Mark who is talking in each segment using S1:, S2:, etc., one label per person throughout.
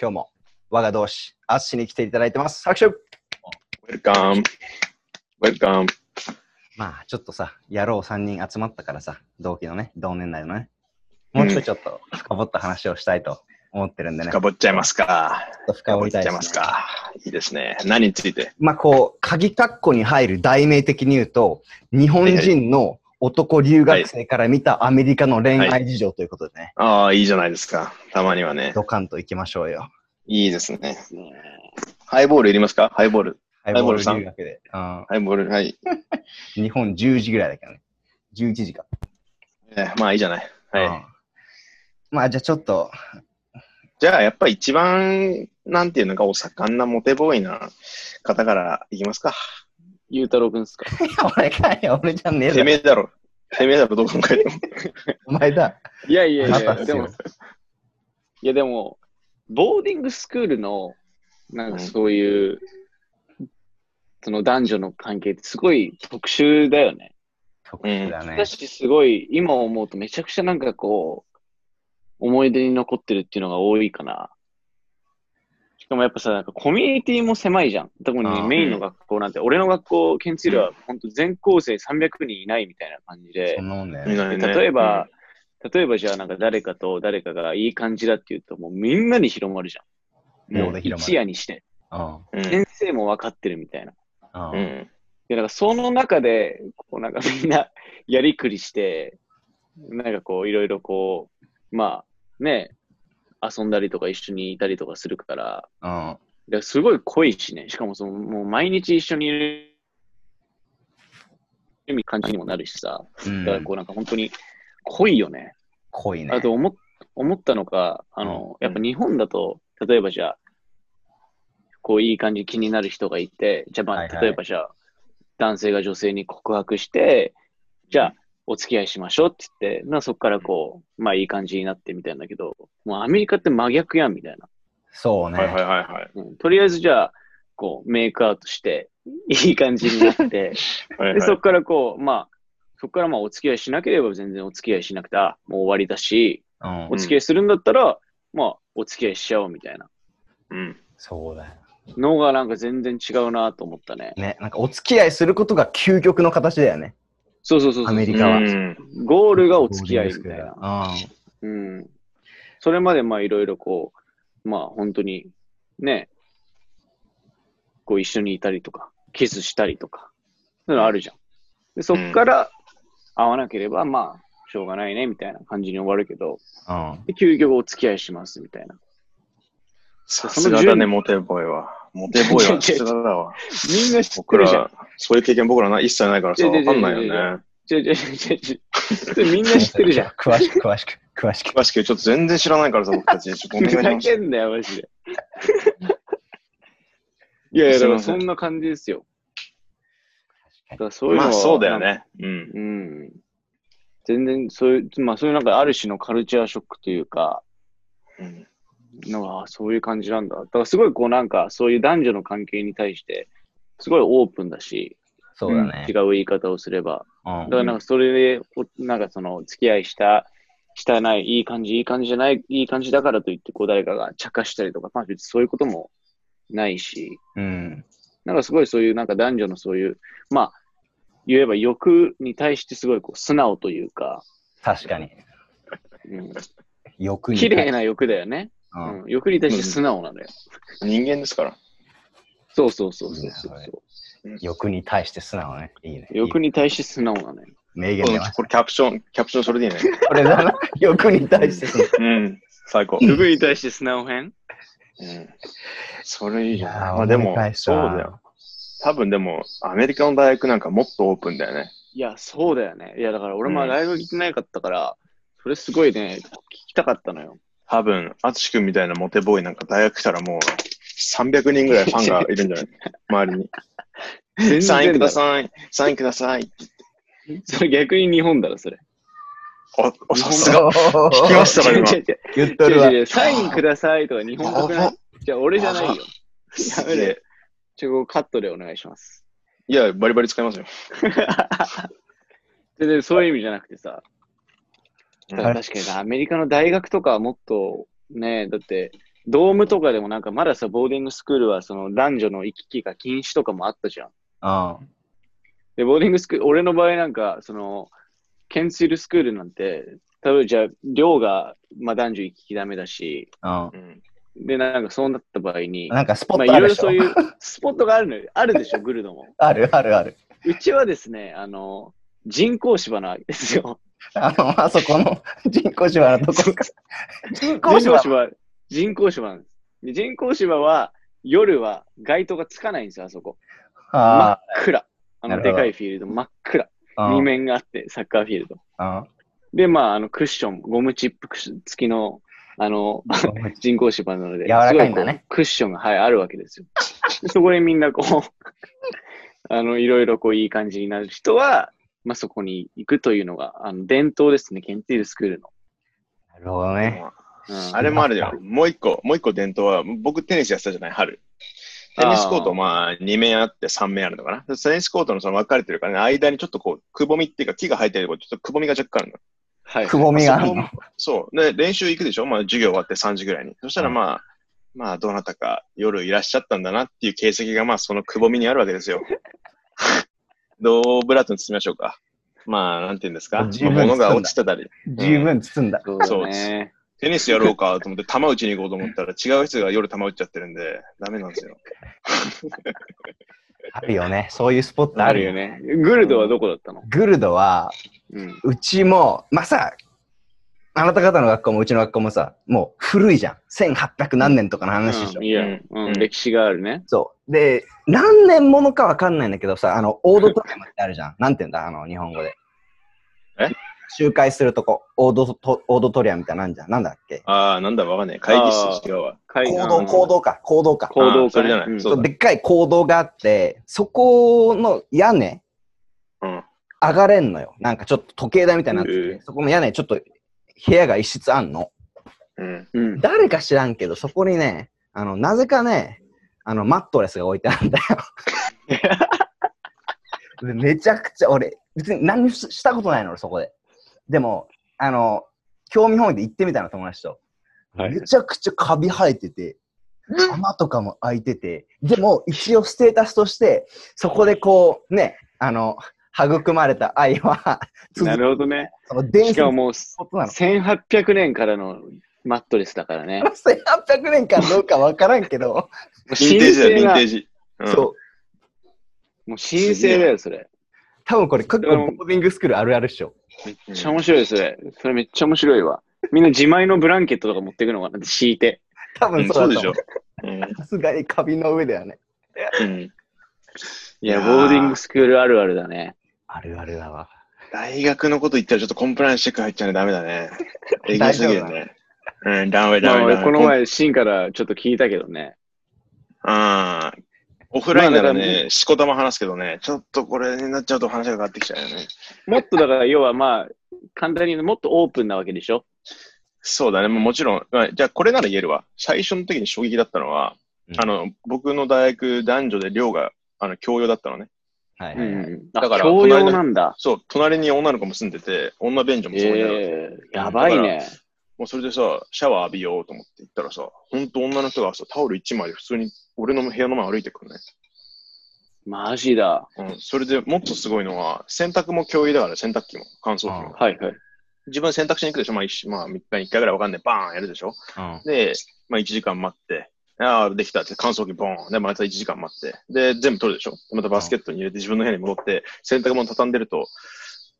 S1: 今日も我が同志、アッシに来ていただいてます。拍手
S2: ウェルカム。ウェルカム。
S1: まあ、ちょっとさ、野郎3人集まったからさ、同期のね、同年代のね、もうちょいちょっと深掘った話をしたいと思ってるんでね、
S2: 深掘っちゃいますか。
S1: ちょっと深
S2: 深
S1: 掘
S2: 掘っ
S1: り
S2: ち
S1: た
S2: ゃ
S1: いで
S2: い
S1: す、ね。
S2: ますか。いいですね。何について
S1: まあこう、鍵括弧に入る題名的に言うと、日本人の男留学生から見たアメリカの恋愛事情ということでね、
S2: ああ、いいじゃないですか。たまにはね。
S1: ドカンと行きましょうよ。
S2: いいですね。ハイボールいりますかハイボール。
S1: ハイ
S2: ボ
S1: ボ
S2: ー
S1: ー
S2: ル
S1: ル
S2: さん
S1: 留学で。うん
S2: ハイボール、はい。
S1: 日本10時ぐらいだけどね。11時か。
S2: えーまあいいじゃない。
S1: う
S2: はい。
S1: んまあじゃあちょっと、
S2: じゃあ、やっぱ一番、なんていうのか、お盛んなモテボーイな方からいきますか。
S3: ゆうたろうくんですか
S1: 俺かい俺じゃねえ
S2: て
S1: だろ
S2: めえだろ。てめえだろ、どう考えても。
S1: お前だ。
S3: いやいやい
S1: あなた
S3: や、
S1: です
S3: で
S1: よ
S3: も、いやでも、ボーディングスクールの、なんかそういう、その男女の関係ってすごい特殊だよね。
S1: 特殊だね
S3: だ。し、すごい、今思うとめちゃくちゃなんかこう、思い出に残ってるっていうのが多いかな。しかもやっぱさ、なんかコミュニティも狭いじゃん。特
S1: あ
S3: に
S1: ー
S3: メインの学校なんて、俺の学校、県知事は本当全校生300人いないみたいな感じで。
S1: そんなもんだよ
S2: い
S1: ね。
S2: ないね
S3: 例えば、、例えばじゃあなんか誰かと誰かがいい感じだって言うと、もうみんなに広まるじゃん。
S1: 秒
S3: もう
S1: で広まる
S3: 一夜にして。
S1: うん
S2: うん。うん
S3: 先生も分かってるみたいな。
S1: う
S2: うんん。
S3: で、なんかその中で、こうなんかみんなやりくりして、なんかこういろいろこう、まあね、遊んだりとか一緒にいたりとかするから、
S1: うん
S3: ですごい濃いしね、しかもそのもう毎日一緒にいる感じにもなるしさ、
S1: う
S3: だから
S1: ん
S3: こうなんか本当に濃いよね。
S1: 濃いね。
S3: あと思っ思ったのが、あの、
S2: うん
S3: やっぱ日本だと、例えばじゃあ、こういい感じ気になる人がいて、じゃあまあ、
S1: はいはい
S3: 例えばじゃあ、男性が女性に告白して、じゃあ、お付き合いしましょうって言って、なそこからこう、まあいい感じになってみたいんだけど、もうアメリカって真逆やんみたいな。
S1: そう
S2: はいはい
S1: ね。
S2: はいはい。
S3: うんとりあえずじゃあ、こう、メイクアウトして、いい感じに なって、
S2: はいはい
S3: で、そこからこう、まあ、そこからまあお付き合いしなければ全然お付き合いしなくて、あ、もう終わりだし、
S1: うん
S3: お付き合いするんだったら、まあ、お付き合いしちゃおうみたいな
S2: うん。
S1: そうだよ。
S3: のがなんか全然違うなと思ったね。
S1: ね、なんかお付き合いすることが究極の形だよね。
S3: そうそうそうそう。
S1: アメリ
S2: う
S1: カは
S2: ん。
S3: ゴールがお付き合いみたいな。
S1: な。
S3: うん。それまでまあ、いろいろこう、まあ、本当に、ね、こう一緒にいたりとか、キスしたりとか、そういうのあるじゃん。で、そっから会わなければ、まあ、しょうがないね、みたいな感じに終わるけど、
S1: うん。うん
S3: で究極お付き合いします、みたいな。
S2: さすがだね、モテボーイは。モテボーイはさすがだわ。
S3: みんな知って
S2: 僕
S3: るじゃん。
S2: ら、そういう経験僕らな一切ないからさ、
S3: いや
S2: わ
S3: い
S2: か
S3: やい
S2: んな
S3: や
S2: い
S3: いや
S2: よね。
S3: ちょちょちょちょ それみんな知ってるじゃん。
S1: 詳しく、詳しく、詳しく。
S2: 詳しくちょっと全然知らないからさ、僕たち。ちょっとお
S3: ふ
S2: 願いします。
S3: ざけんなよ、マジで。いやいや、だからそんな感じですよ。だからそういうの
S2: ま
S3: は
S2: あそうだよ。ね。うん。
S3: うん。全然そういう、まあそういうなんかある種のカルチャーショックというか、
S2: うん
S3: のがそういう感じなんだ。だからすごいこうなんかそういう男女の関係に対して、すごいオープンだし、
S1: そうだね
S3: 違。う言い方をすれ
S1: う
S3: ば。
S1: ん
S3: だからなんかそれで、おなんかその付き合いした、したない、いい感じ、いい感じじゃない、いい感じだからといって、こう誰かが茶化したりとか、まあ別にそういうこともないし、
S1: うん。
S3: なんかすごいそういうなんか男女のそういう、まあ、言えば欲に対してすごいこう素直というか、
S1: 確かに。
S3: うん、
S1: 欲に。
S3: 綺麗な欲だよね、
S1: う。
S3: うんん。欲に対して素直なのよ。
S2: 人間ですから。
S3: そうそうそうそうそう
S1: うんはい
S3: そう。
S1: 欲に対して素直ね。いいね。
S3: 欲
S1: に。
S3: に対して素直なのよ。
S1: 名言
S2: こ
S1: 出
S2: の
S1: まし
S2: これキャプション、キャプションそれでいいね。
S1: た。これだな。 欲に対して素直。
S2: うん。最高。
S3: 欲に対して素直編
S2: うん。それいい
S1: い
S2: じゃん。
S1: やー
S2: まあで
S1: 思
S2: も
S1: い返、した
S2: そうだよ。多分でも、アメリカの大学なんかもっとオープンだよね。
S3: いや、そうだよね。いや、だから俺
S2: う
S3: も
S2: ん
S3: ライブ行ってなかったから、それすごいね、聞きたかったのよ。
S2: 多分、アツシ君みたいなモテボーイなんか大学来たらもう300人ぐらいファンがいるんじゃない周りに。
S3: 全
S2: サインくだ
S3: い。
S2: さい。サインください。
S3: それ逆に日本だ ろ、それ。
S2: あ、あさすが。
S1: 聞
S2: 聞きましたか今
S3: 違う違う
S1: 言っと
S3: 違
S1: る
S3: う
S1: わ。
S3: 違うサインくださいとか日本語
S2: やば
S3: じゃあ俺じゃないよ。
S2: す
S3: ダ
S2: げ
S3: メだよ
S2: え。
S3: ちょ、カットでお願いします。
S2: いや、バリバリ使いますよ。
S3: 全然そういう意味じゃなくてさ。
S2: うん
S3: だから確かになアメリカの大学とかはもっとね、だってドームとかでもなんかまださ、ボーディングスクールはその男女の行き来が禁止とかもあったじゃん。
S1: あ
S3: で、ボーディングスクール、俺の場合なんか、その、ケンシルスクールなんて、例えばじゃあ、寮が、まあ、男女行き来ダメだし、
S1: あ、
S2: うんうん
S3: で、なんかそうなった場合に、
S1: なんかスポ
S3: まあ、
S1: ッ
S3: い
S1: トあ
S3: ろい
S1: るで
S3: ろ
S1: しょ、
S3: そういうスポットがあるのよ。あるでしょ、グルドも。
S1: あるあるある。
S3: うちはですね、あの、人工芝なわけですよ。
S1: あの、あそこの人工芝のとこか。人工
S3: 人
S1: 芝
S3: 工芝、人工芝なんです。で人工芝は、夜は街灯がつかないんですよ、あそこ。真っ
S1: あ
S3: 暗。あ
S1: なる
S3: の、
S1: ほ
S3: で
S1: ど
S3: かいフィールド、真っ暗。
S1: あ、
S3: 2面があって、サッカーフィールド。
S1: あ
S3: で、まあ、あの、クッション、ゴムチップクッション付きの、あの、人工芝なので、
S1: 柔らかいんだね
S3: すごこうクッションが、はい、あるわけですよ。 でそこでみんなこう、 あの、いろいろこう、いい感じになる人は、まあ、そこに行くというのが、あの、伝統ですね、ケンティールスクールの。
S1: なるほどね。
S3: うん
S2: あれもあるじゃん。もう一個、もう一個伝統は、僕テニスやってたじゃない、春。テニスコー
S3: あー
S2: ト、まあ、2面あって3面あるのかな。でテニスコートのその分かれてるからね、間にちょっとこう、くぼみっていうか、木が生えてるとこ、ちょっとくぼみが若干あるの。
S3: はい。
S1: くぼみがある
S2: そ
S1: の。
S2: こそう。で、練習行くでしょまあ、授業終わって3時ぐらいに。そしたら
S1: うん
S2: まあ、まあ、どなたか夜いらっしゃったんだなっていう形跡が、まあ、そのくぼみにあるわけですよ。 どうブラッドに進みましょうか。まあ、なんて言うんですか。
S1: 十分
S2: まあ物が落ちてたり。
S1: 十分包んだ。
S3: そうだね。
S2: テニスやろうかと思って、球打ちに行こうと思ったら、違う人が夜球打っちゃってるんで、ダメなんですよ。
S1: あるよね。そういうスポット
S3: あ
S1: あ
S3: る
S1: る
S3: よ
S1: よね。
S3: ね。グルドはどこだったの
S1: グルドは、
S3: うん。
S1: うちも、まあさ、あなた方の学校もうちの学校もさ、もう古いじゃん。1800何年とかの話でしょ。
S3: うんいや、
S2: うん
S3: う、
S2: うんん
S3: 歴史があるね。
S1: そう。で、何年ものかわかんないんだけどさ、あの、オードトレマってあるじゃん。 なんて言うんだ、あの、日本語で。
S2: え
S1: 集会するとこ、オードト、オードトリアみたいなんじゃん。なんだっけ
S2: ああ、なんだわかんない。会議室違うわ。
S3: 海
S1: 行動、行。動か、行動か。
S3: 行動
S2: あーそれじゃない
S3: うん
S2: そうだ
S1: でっかい行動があって、そこの屋根、
S2: うん。
S1: 上がれんのよ。なんかちょっと時計台みたいになってて、
S2: へえ
S1: そこの屋根、ちょっと部屋が一室あんの。
S2: うん。
S3: うん。
S1: 誰か知らんけど、そこにね、あの、なぜかね、あの、マットレスが置いてあるんだよ。で めちゃくちゃ、俺、別に何もししたことないの、俺、そこで。でも、あの、興味本位で行ってみたの、友達と。
S3: はい
S1: めちゃくちゃカビ生えてて、玉とかも開いてて、でも、一応ステータスとして、そこでこう、ね、あの、育まれた愛は、続
S3: な
S1: く
S3: るほどね。
S1: その伝
S3: し
S1: 説
S3: かも
S1: の
S3: もう、
S1: こと なの。
S3: 1800年からのマットレスだからね。
S1: 1800年間どうかわからんけど、
S2: ヴィンテージだよ、ヴィンテー
S3: ジ。
S2: ジ。うん
S1: そう。
S3: もう新生だよ、それ。
S1: 多分これ、結構ボーディングスクールあるあるっしょ。
S2: う
S3: め
S2: ん
S3: っちゃ面白い、それ。それめっちゃ面白いわ。みんな自前のブランケットとか持ってくのかなって敷いて。
S1: 多
S2: う
S1: 分
S2: ん
S1: そ
S2: そ
S1: う
S2: うで
S1: だ
S2: し
S1: と
S2: ょ
S1: 思。う。さすがにカビの上だよね。
S2: うんうん
S3: いや、
S2: いやー
S3: ボーディングスクールあるあるだね。
S1: あるあるだわ。
S2: 大学のこと言ったらちょっとコンプライアンスチェック入っちゃうねダメだ ね。えぐすぎるね。うん、ダメ
S3: ま
S2: ダ
S3: あ
S2: メダ
S3: 俺
S2: メ。
S3: この前、シンからちょっと聞いたけどね。
S2: ああ。オフラインなら
S3: まあだか
S2: ね、しこたま話すけどね、ちょっとこれになっちゃうと話が変わってきちゃうよね。
S3: もっとだから、要はまあ、簡単に言うともっとオープンなわけでしょ。
S2: そうだね、もうもちろん、まあじゃあこれなら言えるわ。最初の時に衝撃だったのは、
S1: うん
S2: あの、僕の大学男女で寮が、あの、教養だったのね。
S1: はいうはいはい。
S3: ん。
S2: だ
S3: だか、
S2: からら
S3: 教養なんだ。
S2: そう、隣に女の子も住んでて、女便所もそこにあるわけ。
S3: ええやばいね。
S2: もうそれでさ、シャワー浴びようと思って行ったらさ、ほんと女の人がさ、タオル1枚で普通に俺の部屋の前歩いてくるね。
S3: マジだ。
S2: うん、それでもっとすごいのは、洗濯も共有だから、洗濯機も、乾燥機
S1: あ
S2: も。
S3: はいはい。
S2: 自分洗濯しに行くでしょ、まあ、一週まあ、3日に1回ぐらいわかんない、バーンやるでしょ。
S1: うん
S2: で、まあ、1時間待って、ああ、できたって、乾燥機ボーン。で、また1時間待って、で、全部取るでしょ。またバスケットに入れて自分の部屋に戻って、洗濯物畳んでると、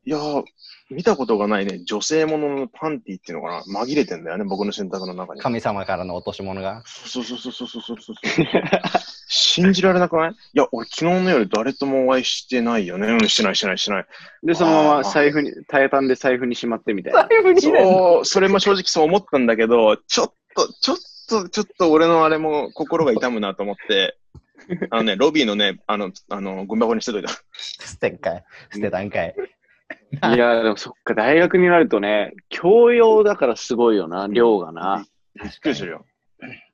S2: いやー、見たことがないね、女性もののパンティっていうのかな、紛れてんだよね、僕の洗濯の中に。
S1: 神様からの落とし物が。
S2: そうそうそうそうそうそうそう。信じられなくないいや、俺昨日の夜誰ともお会いしてないよね。うん、してないしてないしてない。
S3: で、そのまま
S2: あー
S3: 財布に、耐えたんで財布にしまってみた いな。
S1: 布に
S2: そう、 それも正直そう思ったんだけど、ちょっと、ちょっと、ちょっと俺のあれも心が痛むなと思 って、あのね、ロビーのね、あの、あの、ゴミ箱に捨てといた。
S1: 捨てんかい。捨てたんかい。
S3: いや、でもそっか、大学になるとね、教養だからすごいよな、量がな。
S2: びっくりするよ。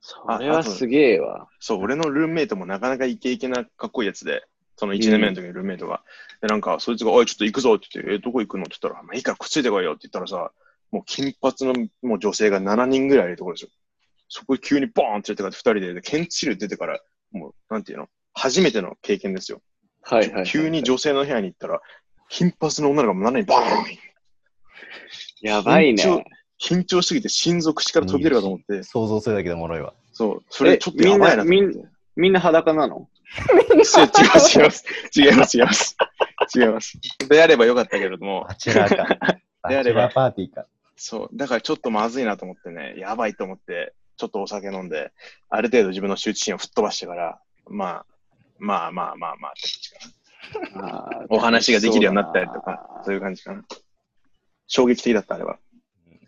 S3: それはすげえわ。
S2: そう、俺のルームメイトもなかなかイケイケなかっこいいやつで、その1年目の時のルームメイトが。で、なんか、そいつが、おい、ちょっと行くぞって言って、え、どこ行くのって言ったら、まあ、いいからくっついてこいよって言ったらさ、もう金髪のもう女性が7人ぐらいいるところですよ。そこ急にボーンって言ってから二人で、で、ケンチル出てから、もう、なんていうの初めての経験ですよ。
S3: はいはいはい。
S2: 急に女性の部屋に行ったら、金髪の女の子が斜めにバーン
S3: やばい
S2: 緊張
S3: ね。
S2: 緊張しすぎて心臓口から飛び出るかと思って、
S1: 想像するだけでもろいわ。
S2: そう、それちょっとやばいなと
S3: み
S2: 思
S3: ん
S2: って。
S3: な、みんな裸なの
S2: そう 違います、違います。違います、違います。違います。であればよかったけれども、
S1: バチェラーか。バチ
S2: であ
S1: ェ
S2: れば
S1: ラーパーティーか。
S2: そう、だからちょっとまずいなと思ってね、やばいと思って、ちょっとお酒飲んで、ある程度自分の羞恥心を吹っ飛ばしてから、まあ、まあまあまあまあって感じかな。 お話ができるようになったりとか、そういう感じかな。衝撃的だった、あれは。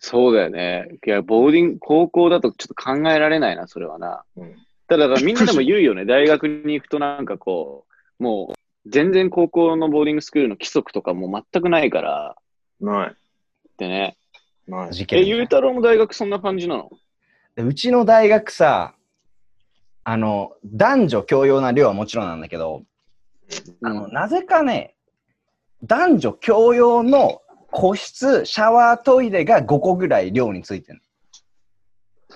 S3: そうだよね。いや、ボーディング、高校だとちょっと考えられないな、それはな。
S2: うん。
S3: ただ、だからみんなでも言う よね。大学に行くとなんかこう、もう、全然高校のボーディングスクールの規則とかもう全くないから、
S2: ない、
S3: ってね。
S2: ない。
S1: 事件
S3: え、
S1: みたい
S3: ゆ
S1: な
S3: うたろうも大学そんな感じなの
S1: でうちの大学さ、あの、男女共用な寮はもちろんなんだけど、あの、なぜかね、男女共用の個室、シャワー、トイレが5個ぐらい寮についてる。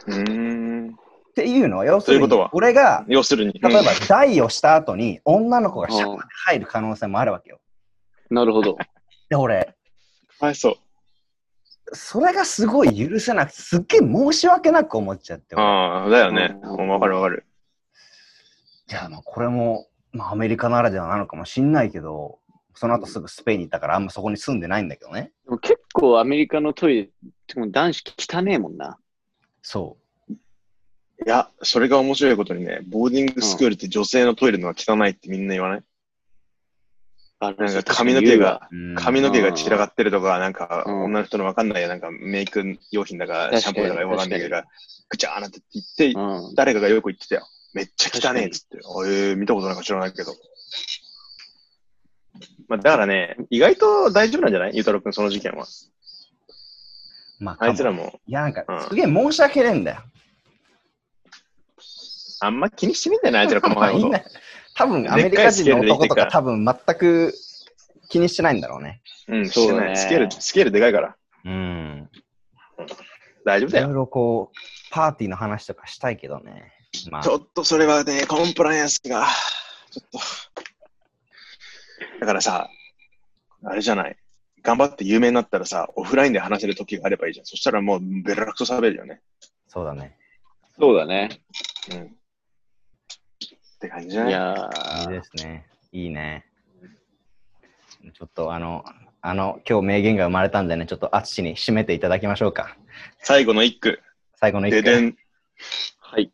S2: うーん。
S1: っていうのは、要する
S2: ということ
S1: に
S2: は、
S1: 俺が、
S2: 要するに、
S1: 例えば
S2: うん、
S1: 台をした後に、女の子がシャワー
S3: う
S1: に
S3: ん
S1: 入る可能性もあるわけよ。
S3: なるほど。
S1: で、俺、
S2: はい、そう。
S1: それがすごい許せなくて、すっげえ申し訳なく思っちゃって、俺
S2: ああ、だよね。
S3: うん
S2: うんわかるわかる。
S1: じゃあ、まあ、これも、まあ、アメリカならではなのかもしんないけど、その後すぐスペインに行ったから、あんまそこに住んでないんだけどね。
S3: でも結構アメリカのトイレっても男子汚ねえもんな。
S1: そう。
S2: いや、それが面白いことにね、ボーディングスクールって女性のトイレの方が汚いってみんな言わない、
S3: なん
S2: なんか髪の毛が。
S1: うん
S2: 髪の毛が散らかってるとか、なんか
S3: うん
S2: 女の人のわかんないや、なんかメイク用品だ
S3: 確
S2: か
S3: か、に
S2: シャンプーだかよくわかんないけど、ぐちゃーなって言って、
S3: うん。
S2: 誰かがよく言ってたよ。めっちゃ汚いっつって。あえー、見たことなんか知らないけど。まあ、だからね、意外と大丈夫なんじゃないゆうたろうくん、その事件は。
S1: まあ、
S2: あいつら
S1: も。
S2: も、
S1: いや、なんか
S2: う、ん
S1: すげえ申し訳ねえんだよ。
S2: あんま気にしてねえんだよね、あいつ ら細
S1: ま
S2: か
S1: あ、
S2: いこ
S1: みん
S2: と。
S1: な、多分アメリカ人の男とか、多分全く気にしてないんだろうね。
S2: うん、
S3: そう
S2: して
S3: だ
S2: な
S3: ね
S2: い。スケール、スケールでかいから。
S1: うん。
S2: 大丈夫
S1: い
S2: だよ
S1: ろ。いろこう、パーティーの話とかしたいけどね。まあ
S2: ち、ょっとそれはね、コンプライアンスが、ちょっと。だからさ、あれじゃない。頑張って有名になったらさ、オフラインで話せる時があればいいじゃん。そしたらもうベラクソ喋るよね。
S1: そうだね。
S3: そうだね。
S2: うん。って感じ
S3: い
S2: じゃない
S3: や
S1: いい
S3: ー
S1: ですね。いいね。ちょっとあの、あの、今日名言が生まれたんでね、ちょっと淳に締めていただきましょうか。
S2: 最後の一句。
S1: 最後の一
S2: でで
S1: 句。
S2: ん。
S3: はい。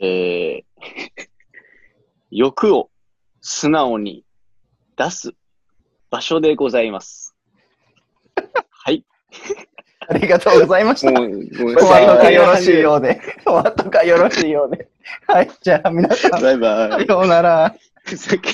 S3: えー、 欲を素直に出す場所でございます。はい。
S1: ありがとうございました。
S3: う、ごめ
S1: お後がよろしいようで。お後がよろしいようで。はい、じゃあ皆さん、さ
S2: バイバイ。
S1: ようなら。
S3: ふざけ